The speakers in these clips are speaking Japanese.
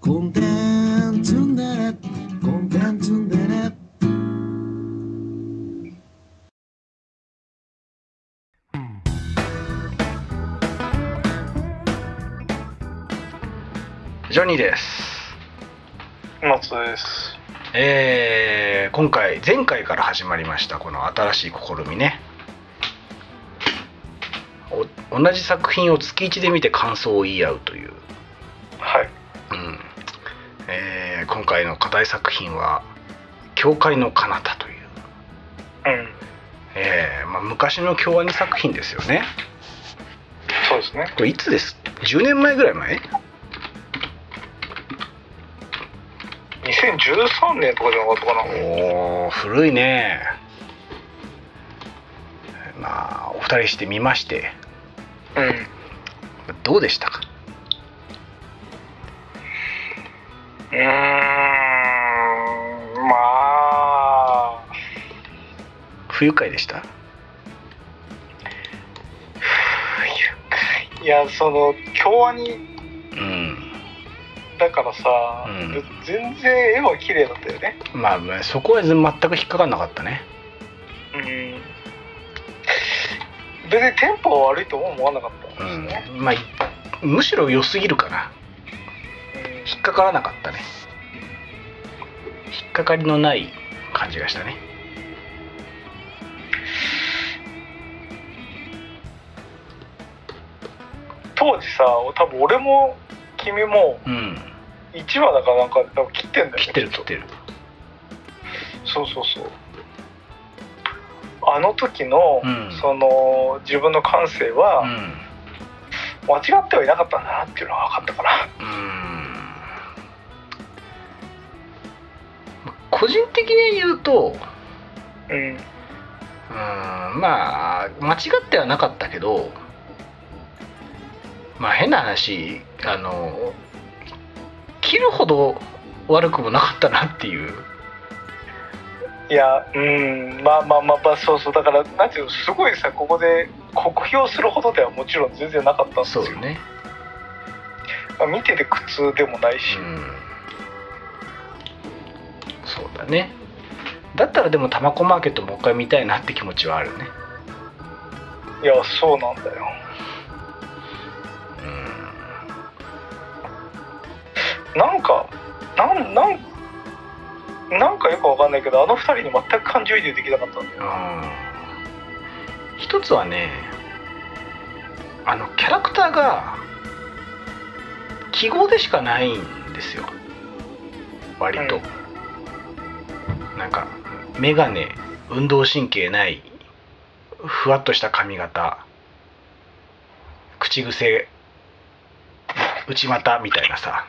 コンテンツンデレコンテンツンデレジョニーです。松田です。えー今回、前回から始まりました、この新しい試みね。お同じ作品を月1で見て感想を言い合うという。はい。うんえー今回の課題作品は「教会の彼方」という、うん。えーまあ、昔の京アニ作品ですよねそうですね。これいつです10年前ぐらい前2013年とかじゃなかったかな。おー古いねまあお二人して見ましてうん。どうでしたかうーん。まあ、不愉快でしたいや、その、京アニうんだからさ、うん全然絵は綺麗だったよね。まあまあそこは全く引っかかんなかったねうん。別にテンポは悪いとも思わなかったうですんね。まあいむしろ良すぎるかなうん引っかからなかったね引っかかりのない感じがしたね当時さ、多分俺も君もうん1話だからなんか多分切ってんだよね。切ってる切ってるそうそうそうあの時の、うんその自分の感性うはん間違ってはいなかったんだなっていうのは分かったからうん個人的に言うとうんうんまあ間違ってはなかったけどまあ変な話あの切るほど悪くもなかったなっていういやうんまあまあまあまあそうそうだからなんていうのすごいさここで酷評するほどではもちろん全然なかったんですそよう、ねまあ見てて苦痛でもないし、うんそうだねだったらでもタマコマーケットもう一回見たいなって気持ちはあるねいやそうなんだよなんかなんなんなんかよく分かんないけどあの二人に全く感情移入できなかったんだようん一つはねあのキャラクターが記号でしかないんですよ割と、なんか眼鏡運動神経ないふわっとした髪型口癖内股みたいなさ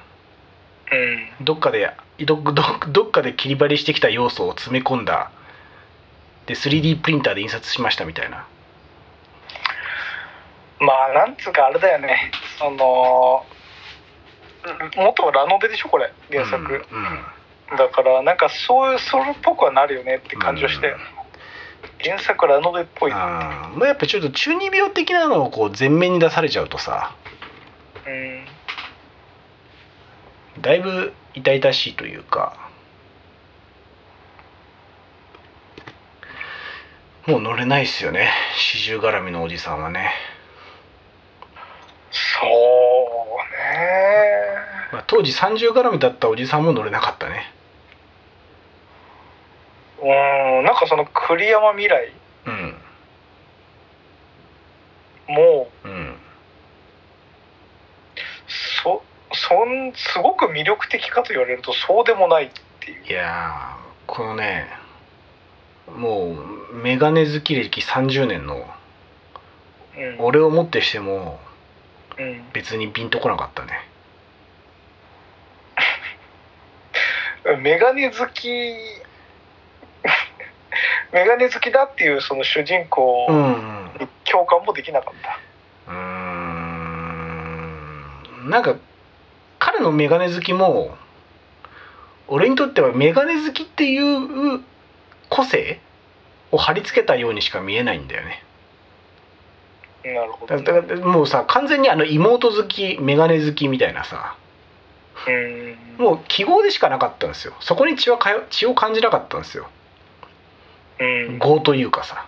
うんどっかでどどどっかで切り張りしてきた要素を詰め込んだで 3D プリンターで印刷しましたみたいなまあなんつうかあれだよねそのうん元はラノベでしょこれ原作、うんうんだからなんかそういうそれっぽくはなるよねって感じはして、原作ラノベっぽいなあーまあやっぱちょっと中二病的なのをこう前面に出されちゃうとさうんだいぶ痛々しいというかもう乗れないっすよね四十絡みのおじさんはね、そうねまあ、当時三十絡みだったおじさんも乗れなかったねうんなんかその栗山未来うんもうんそそんすごく魅力的かと言われるとそうでもないっていういやーこのねもうメガネ好き歴30年のうん俺をもってしてもうん別にピンとこなかったねメガネ好き メガネ好きだっていうその主人公うんに共感もできなかった、うーんなんか彼のメガネ好きも俺にとってはメガネ好きっていう個性を貼り付けたようにしか見えないんだよねなるほどだだからもうさ完全にあの妹好きメガネ好きみたいなさうんもう記号でしかなかったんですよそこに血はかよ血を感じなかったんですようんうん業というかさ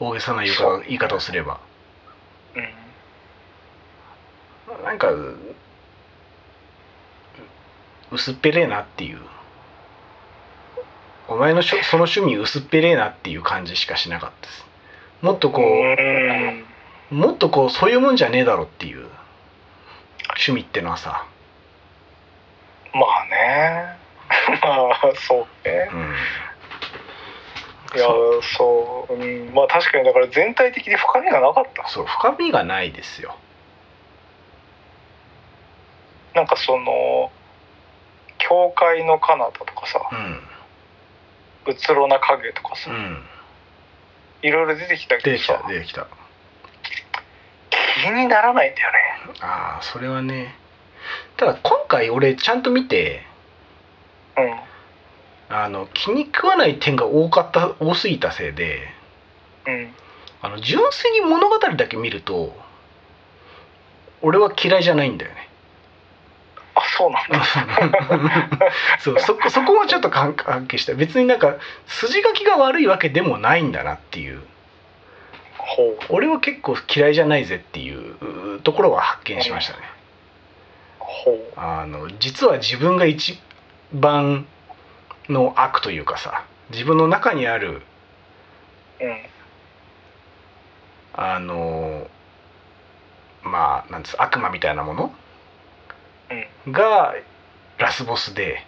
大げさな言いそ方う言い方をすればなんかう薄っぺれえなっていうお前のしょその趣味薄っぺれえなっていう感じしかしなかったですもっとこううんもっとこうそういうもんじゃねえだろっていう趣味ってのはさ、まあね まあそうねうん、いやそうそう、うん、まあ確かにだから全体的に深みがなかったそう深みがないですよなんかその「教会の彼方」とかさうん「うつろな影」とかさ、うんいろいろ出てきたけ出てどきたさ出てきた気にならないんだよねああそれはねただ今回俺ちゃんと見てうんあの気に食わない点が多かった多すぎたせいでうんあの純粋に物語だけ見ると俺は嫌いじゃないんだよね あそうなんだそうそこそこもちょっと関関係した別になんか筋書きが悪いわけでもないんだなっていうほう俺は結構嫌いじゃないぜっていううところは発見しましたねほうあの実は自分が一番の悪というかさ自分の中にあるうんあのまあなんです悪魔みたいなものがラスボスで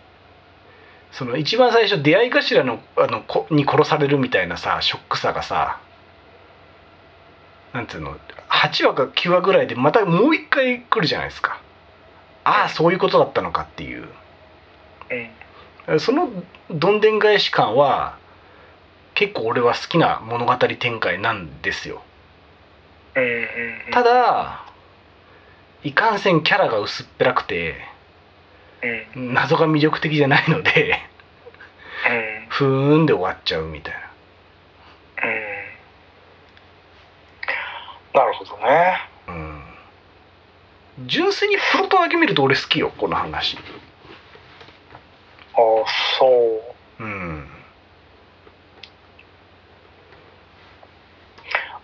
その一番最初出会い頭のあのこに殺されるみたいなさショックさがさなんていうの8話か9話ぐらいでまたもう一回来るじゃないですかああそういうことだったのかっていううんそのどんでん返し感は結構俺は好きな物語展開なんですようんうんうんただいかんせんキャラが薄っぺらくてうんうん謎が魅力的じゃないので ふーんで終わっちゃうみたいうんなるほどねな、うん、純粋にプロットだけ見ると俺好きよこの話あそううん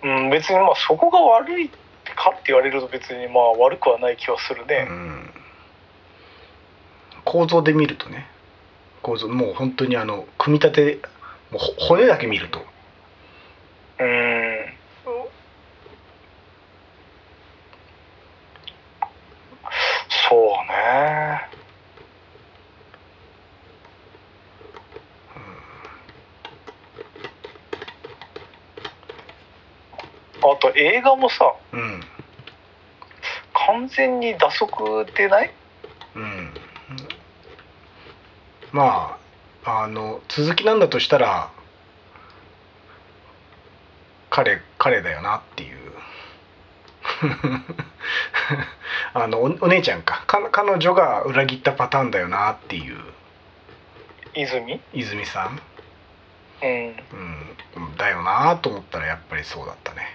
うん、別にまあそこが悪いかって言われると別にまあ悪くはない気はするうね。ん構造で見るとね構造もう本当にあの組み立てもうほ骨だけ見るとうん、そうね。あと映画もさうん完全に打足でないうんまああの続きなんだとしたら彼彼だよなっていう あのおお姉ちゃんかか彼女が裏切ったパターンだよなっていう泉、泉さん、うん、うん、だよなと思ったらやっぱりそうだったね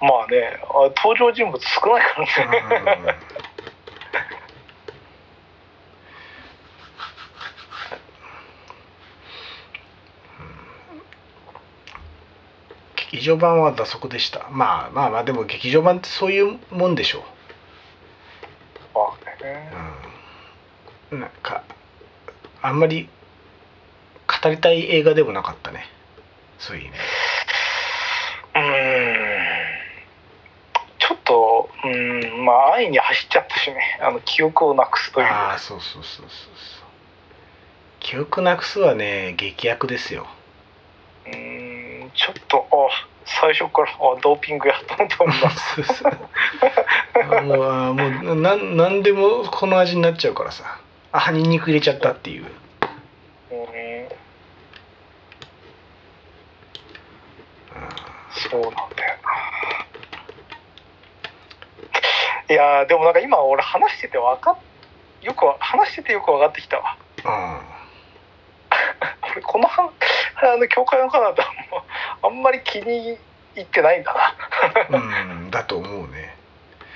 まあねあ登場人物少ないからね。劇場版は打足でしたまあまあまあでも劇場版ってそういうもんでしょまあねう、うん、なんかあんまり語りたい映画でもなかったねそういう意味でうーんちょっと、うーん、まあ、安易に走っちゃったしね、あの記憶をなくすという。ああそうそうそうそうそう記憶なくすはね劇薬ですようーん、ちょっと、あ、最初から、あ、ドーピングやったんだと思 った。そうそうあもうあもうななんでもこの味になっちゃうからさあニンニク入れちゃったっていううーん。そうなんだよな。いやー、でも、なんか、今、俺話してて、わかっ。よくわ話しててよく分かってきたわ。う俺このはあの教会の方々もあんまり気に入ってないんだな。ん、うん、だと思うね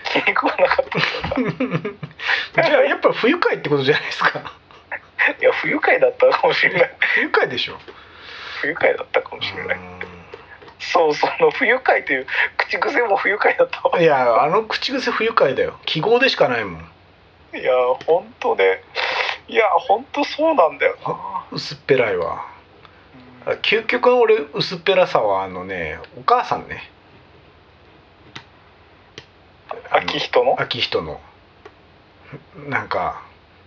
気に食わなかったじゃあやっぱ不愉快ってことじゃないですかいや不愉快だったかもしれない不愉快でしょ不愉快だったかもしれないいそうその不愉快という口癖も不愉快だったわいやあの口癖不愉快だよ記号でしかないもんや本当ねいや本当そうなんだよな薄っぺらいわ究極の俺薄っぺらさはあのねお母さんねあの秋人の秋人のなんか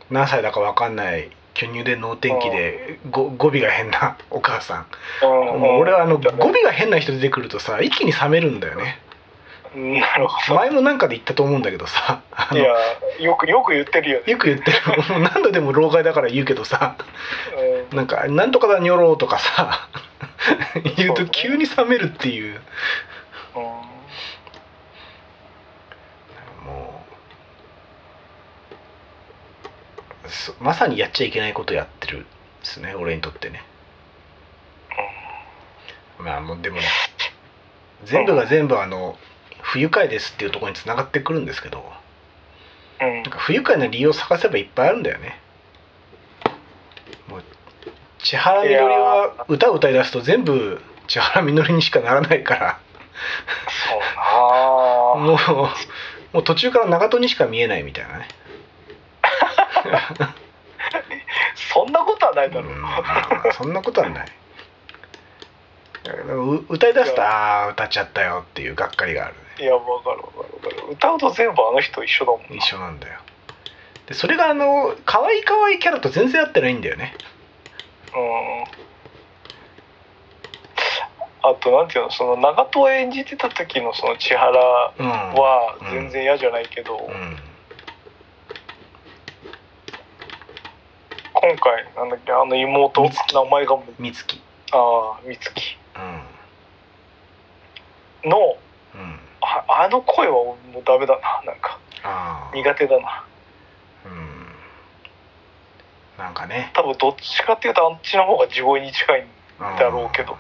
何歳だかわかんない巨乳で脳天気でご語尾が変な お母さんもう俺はあの語尾が変な人出てくるとさ一気に冷めるんだよねうんなるほ前もなんかで言ったと思うんだけどさあどいのやよくよく言ってるよねよく言ってるもう何度でも老害だから言うけどさうんなんか「なんとかだにょろ」とかさ言うそうとね急に冷めるっていううんもうそまさにやっちゃいけないことやってるですね俺にとってねまあもうでもね全部が全部あの不愉快ですっていうところにつながってくるんですけどうんなんか不愉快な理由を探せばいっぱいあるんだよねもう千原みのりは歌を歌い出すと全部千原みのりにしかならないからそうなあもうもう途中から長門にしか見えないみたいなねそんなことはないだろううんまあま あそんなことはないだからう歌いだすとああ歌っちゃったよっていうがっかりがあるいやわかるわかるわかる歌うと全部あの人一緒だもんね一緒なんだよでそれがあの可愛い可愛いキャラと全然合ってないんだよねうんあとなんていうのその長門を演じてた時のその千原うんはうん全然嫌じゃないけど、うん今回なんだっけあの妹美名月前がもう美月ああ美月うんのうんああの声はもうダメだななんかああ苦手だなうんなんかね多分どっちかっていうとあっちの方が地声に近いだろうけど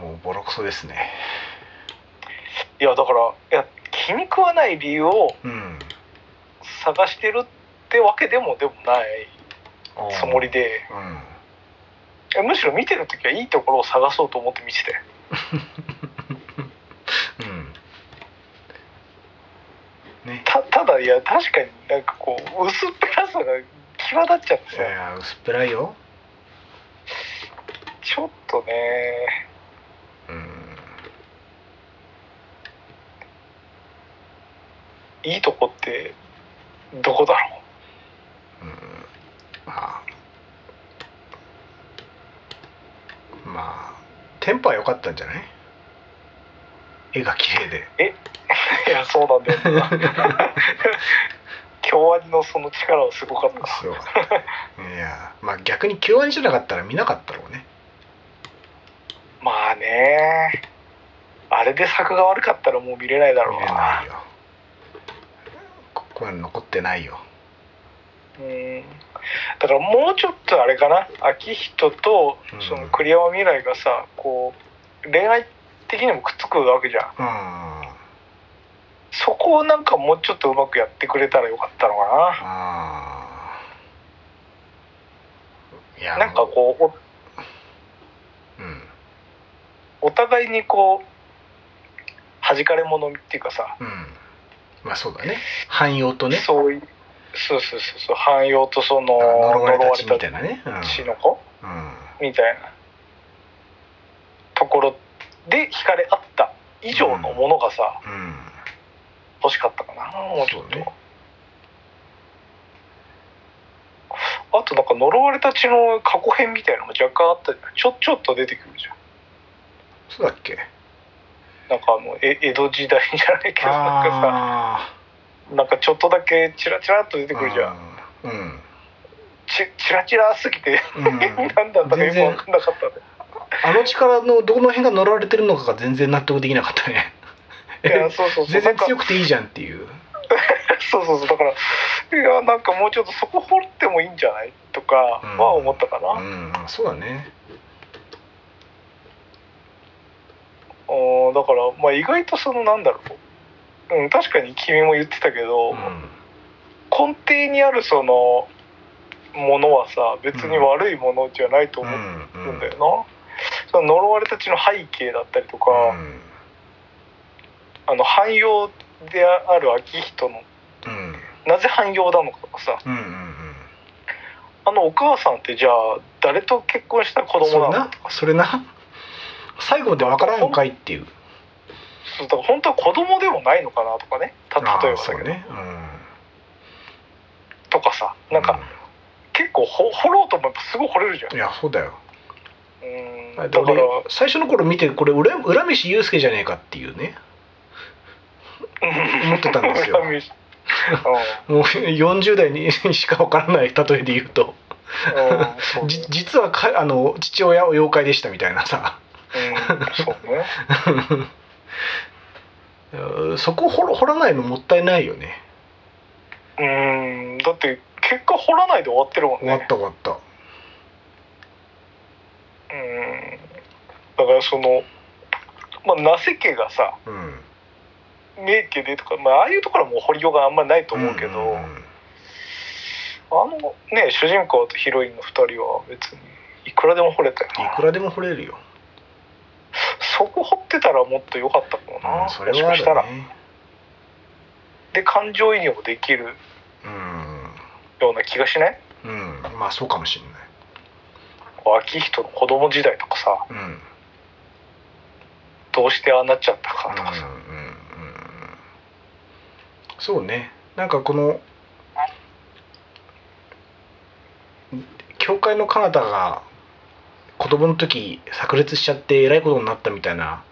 うんもうボロクソですねいやだからいや気に食わない理由をうん探してるってわけでもでもないつもりでうんいやむしろ見てる時はいいところを探そうと思って見ててうんねたただいや確かになんかこう薄っぺらさが際立っちゃっていさや薄っぺらいよちょっとねうんいいとこってどこだろまあまあテンポは良かったんじゃない絵が綺麗でう いやそうなんだよな京アニのその力はすごかったなすごかったいやまあ逆に京アニじゃなかったら見なかったろうねまあねあれで作が悪かったらもう見れないだろう見れないよこここまで残ってないようんだからもうちょっとあれかな秋人とうんその栗山未来がさこう恋愛的にもくっつくわけじゃうんんそこをなんかもうちょっとうまくやってくれたらよかったのかあーいやななんかこううんおお互いにこう弾かれ者っていうかさ、うんまあそうだね汎用とねそういうそうそうそうそう汎用とその呪われたちみたい呪なねうんわれた血の子うんみたいなところで惹かれ合った以上のものがさ、うん欲しかったかなもうちょっと、そうねあとなんか呪われた血の過去編みたいなのも若干あったじゃんちょちょっと出てくるじゃんそうだっけなんかあのえ江戸時代じゃないけどなんかあさなんかちょっとだけチラチラっと出てーくるじゃんうんちチラチラすぎてうん、何なんだったかよく分かんなかった ねあの力のどの辺が乗られてるのかが全然納得できなかったねい やそうそうそう全な然んか強くていいじゃんっていうそうそうそうだからいやなんかもうちょっとそこ掘ってもいいんじゃないとかは思ったかな、うんそうだねおだから、まあ、意外とそのなんだろう、うん、確かに君も言ってたけど、うん根底にあるそのものはさ別に悪いものじゃないと思うんうんだよな、その呪われたちの背景だったりとか、うんあの汎用である秋人のうんなぜ汎用なのかとかさうんうんあのお母さんってじゃあ誰と結婚した子うんそ供れなのなそれな最後までわからんのかいっていうそうだから本当は子供でもないのかなとかねた例えばだあーそけうど、ねとかさうんなんか結構ほ掘ろうと思えばすごい掘れるじゃんいやそうだようんだだってから俺最初の頃見てこれ浦浦飯祐介じゃねえかっていう ね思ってたんですよ恨みしうもう40代にしかわからない例えで言うとんうんそう じ実はかあの父親は妖怪でしたみたいなさ うんそうねうんそこ掘ら掘らないのもったいないよねうーんだって結果掘らないで終わってるもん終わっねた終わったうんだからそのまあ那瀬家がさうん名家でとか、まあ、ああいうところはもう掘りようがあんまないと思うけんど、あんうんのね主人公とヒロインの2人は別にいくらでも掘れたよないくらでも掘れるよ、そこ掘ってたらもっと良かったかもな、うんそれもしはあかるしたらねで感情移入もできるような気がしないうん、うん、まあそうかもしれない秋人の子供時代とかさうん、うんどうしてああなっちゃったかとかうんうさ、んうんそうねなんかこの教会の彼方が子供の時炸裂しちゃってえらいことになったみたいな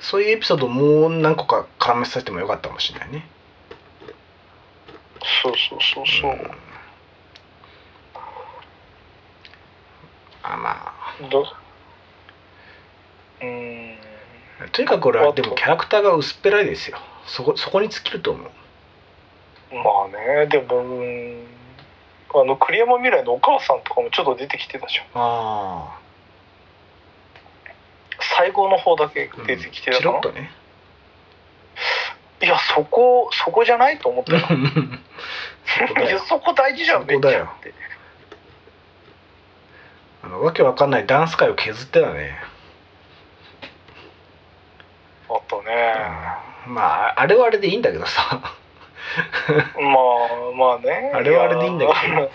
そういうエピソードをもう何個か絡めさせてもよかったかもしれないね。そうそうそうそう、んあまあどうーんとにかく俺はあとでもキャラクターが薄っぺらいですよそこそこに尽きると思うまあねでもうーんあの栗山未来のお母さんとかもちょっと出てきてたじゃんあ最後の方だけあ出てきてうんたチかロな、ッとねいやそこそこじゃないと思って たそこだいやよそこ大事じゃんそこだよめっちゃってあのわけわかんないダンス界を削ってたね、あったね、まああれはあれでいいんだけどさまあまあねあれはあれでいいんだけどいや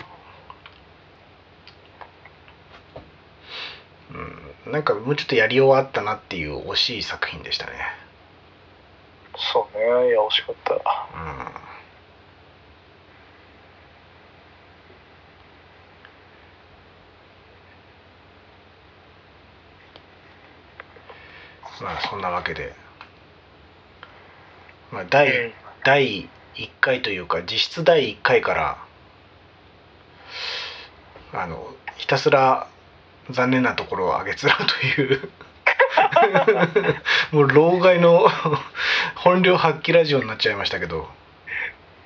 うんなんかもうちょっとやりようはあったなっていう惜しい作品でしたねそうねいや惜しかったうんまあそんなわけで、まあ、第うん第1回というか実質第1回からあのひたすら残念なところを上げつらうというもう老害の本領発揮ラジオになっちゃいましたけど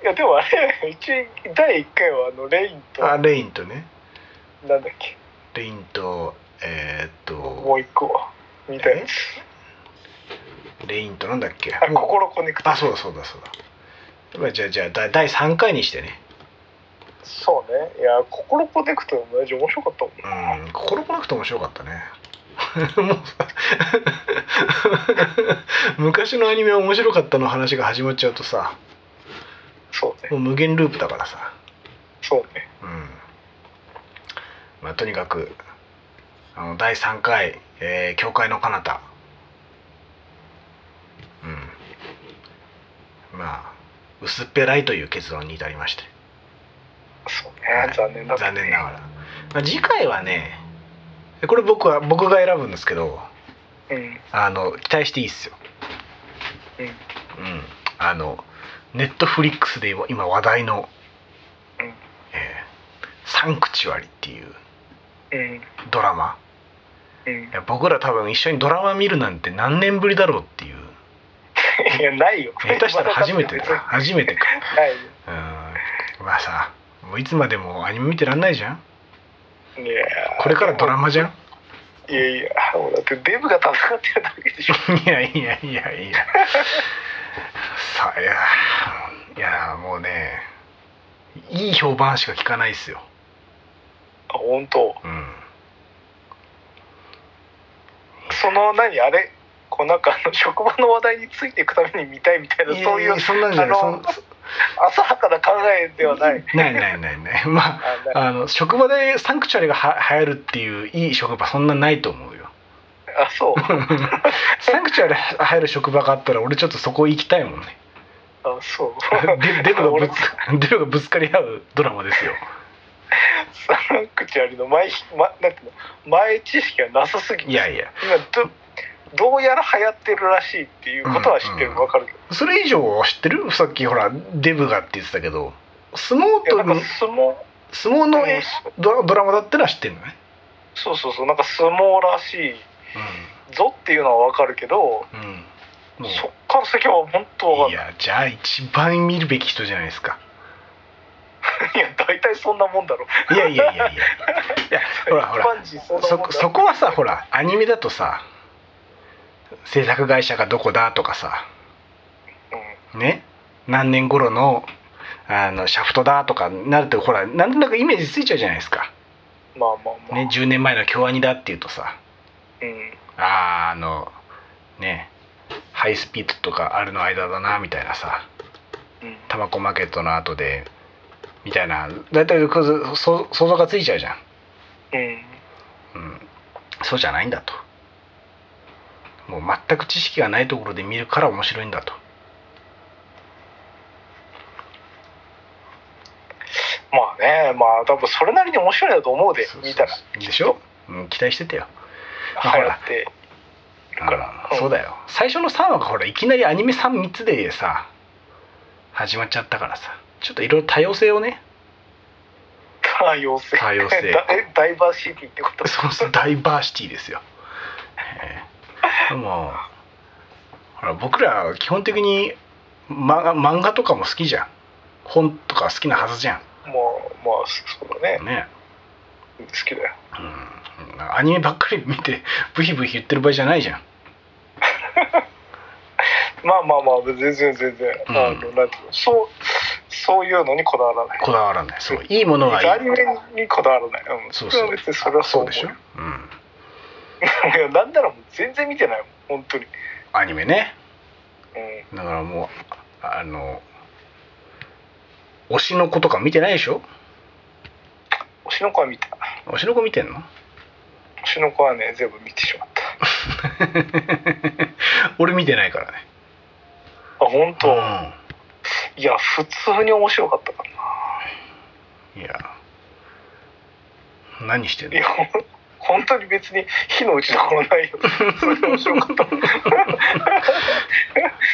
いやでもあれ 一第1回はあのレインとあなんレインとねだっけレインとえーっもとう一個はみたいなやつレインとなんだっけあもう心コネクトあそうだそうだそうだまあじゃあじゃあだ第3回にしてねそうねいや心コネクトのラジオ面白かったもんねうん心こなくて面白かったね もうさ昔のアニメ面白かったの話が始まっちゃうとさそうねもう無限ループだからさそうねうんまあとにかくあの第3回、えー教会の彼方うんまあ薄っぺらいという結論に至りましてそうはいね残念だった残ね念ながら、まあ、次回はねこれ僕は僕が選ぶんですけどうんあの期待していいっすようんうんあのネットフリックスで今話題の、うんえーサンクチュアリ」っていううんドラマうんいや僕ら多分一緒にドラマ見るなんて何年ぶりだろうっていういやないよ下手したら初めてないだ初めてかようんまあさもういつまでもアニメ見てらんないじゃんいやこれからドラマじゃんいやいやもうだってデブが戦ってるだけでしょ いやいやいやいやさあいやいやもうねいい評判しか聞かないですよあ本当うんその何あれこうなんかあの職場の話題についていくために見たいみたいなそういうややそんなんじゃないあそんの浅はかな考えではないないないないないまああなあの職場でサンクチュアリがは流行るっていういい職場そんなないと思うよ あそうサンクチュアリ流行る職場があったら俺ちょっとそこ行きたいもんねあそうデデブがぶ俺つデブがぶつかり合うドラマですよサンクチュアリの前ひ、ま、なんていうの前知識がなさすぎていやいや今どどうやら流行ってるらしいっていうことは知ってる、うんうんわかるけどそれ以上は知ってるさっきほらデブがって言ってたけど相撲いやとなんか相撲相撲のえうんドラドラマだったら知ってるのね、そうそうそうなんか相撲らしいぞっていうのはわかるけどうんうん、もそうっから先は本当わかいんないやじゃあ一番見るべき人じゃないですかいや大体そんなもんだろいやいや いやいやいやほらほら一般人そんなそもんだそこはさほらアニメだとさ制作会社がどこだとかさうね何年頃のあのシャフトだとかなるとほらなんとなくイメージついちゃうじゃないですか、ん、まあまあまあ、ね、10年前の京アニだっていうとさうん、あーあのねハイスピードとかあるの間だなみたいなさうん、タバコマーケットの後でみたいな大体こうそ想像がついちゃうじゃん、うん、うん、そうじゃないんだともう全く知識がないところで見るから面白いんだとまあねまあ多分それなりに面白いなと思うでそうそうそう見たらでしょ、うん、期待してたよまあ流行ってだだからそうだよ最初の3話がほらいきなりアニメ 3, 3つでさ始まっちゃったからさちょっといろいろ多様性をね多様性多様性 だえダイバーシティってことそうそうダイバーシティですよ、えーでもほら僕ら基本的に漫画漫画とかも好きじゃん本とか好きなはずじゃもうまあそうだねんね、好きだようん、アニメばっかり見てブヒブヒ言ってる場合じゃないじゃんまあまあまあ全然全然、うんあのなんていうのそうそういうのにこだわらないこだわらないそういいものはいいアニメにこだわらない、うん、そうそうれは別にそれはそそうう思でうしょ、うよん、いやなんならもう全然見てないもん本当に、うアニメねん、だからもうあの推しの子とか見てないでしょ推しの子は見た推しの子見てんの 推しの子はね全部見てしまった俺見てないからねあ本当、うんいや普通に面白かったからいや何してんいのやほん本当に別に火の打ちどころ ないよそれで面白かった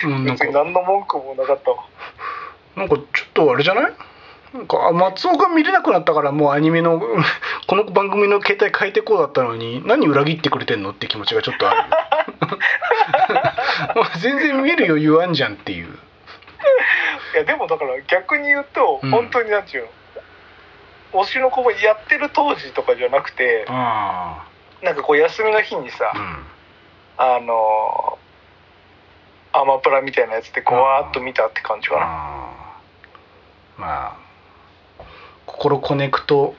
うんなん別かに何の文句もなかったわなんかちょっとあれじゃないなんかあ松尾が見れなくなったからもうアニメのうん この番組の携帯変えてこうだったのに何裏切ってくれてんのって気持ちがちょっと あるよもう全然見る余裕あんじゃんっていういやでもだから逆に言うと、うん本当になんていうの推しの子もやってる当時とかじゃなくてあなんかこう休みの日にさ、あうんあのーアマプラみたいなやつでこうわーっと見たって感じかな、あーまあ心コネクト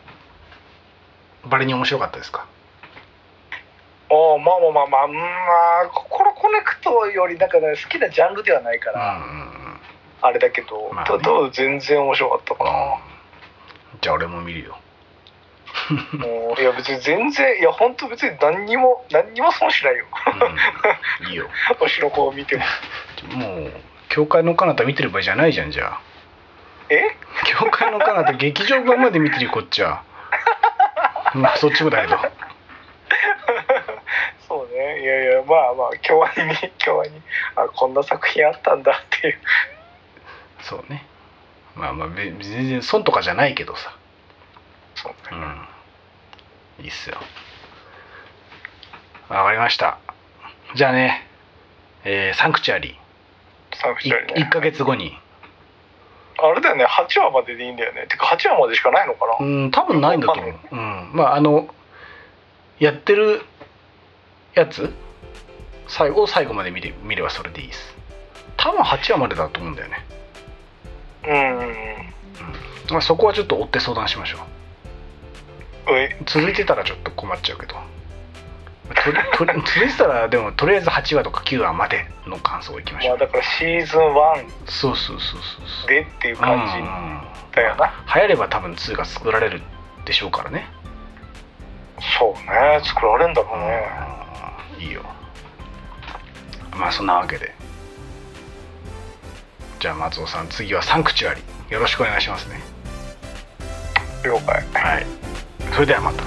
バレに面白かったですかおーまあまあまあまあうんまあ心コネクトよりなんか、ね、好きなジャンルではないかうんら、うんうんあれだけど、まあねただ全然面白か ったかな、じゃあ俺も見るよもういや別に全然いや本当別に何にも何にも損しないようんいいよ推しの子を見てももう教会の彼方見てる場合じゃないじゃんじゃあえ教会の彼方劇場版まで見てるよこっちはまあそっちもだけどそうねいやいやまあまあ今日はに今日にあこんな作品あったんだっていうそうねまあまあべ全然損とかじゃないけどさそうねうんいいっすよわかりましたじゃあね、えーサンクチュアリサンクチュアリーね1ヶ月後にあれだよね8話まででいいんだよねてか8話までしかないのかな、うん多分ないんだと思う、うん、まああのやってるやつ最後を最後まで見れ見ればそれでいいです多分8話までだと思うんだよね、うんうんまあ、そこはちょっと追って相談しましょううんえ続いてたらちょっと困っちゃうけどとり とり続いてたらでもとりあえず8話とか9話までの感想をいきましまょあうだからシーズン1そうそうそうそうそうでっていううんうん感じだよな、流行れば多分2が作られるでしょうからねそうね作られるんだろうねうんいいよまあそんなわけでじゃあ松尾さん次はサンクチュアリよろしくお願いしますね了解はいそれではまた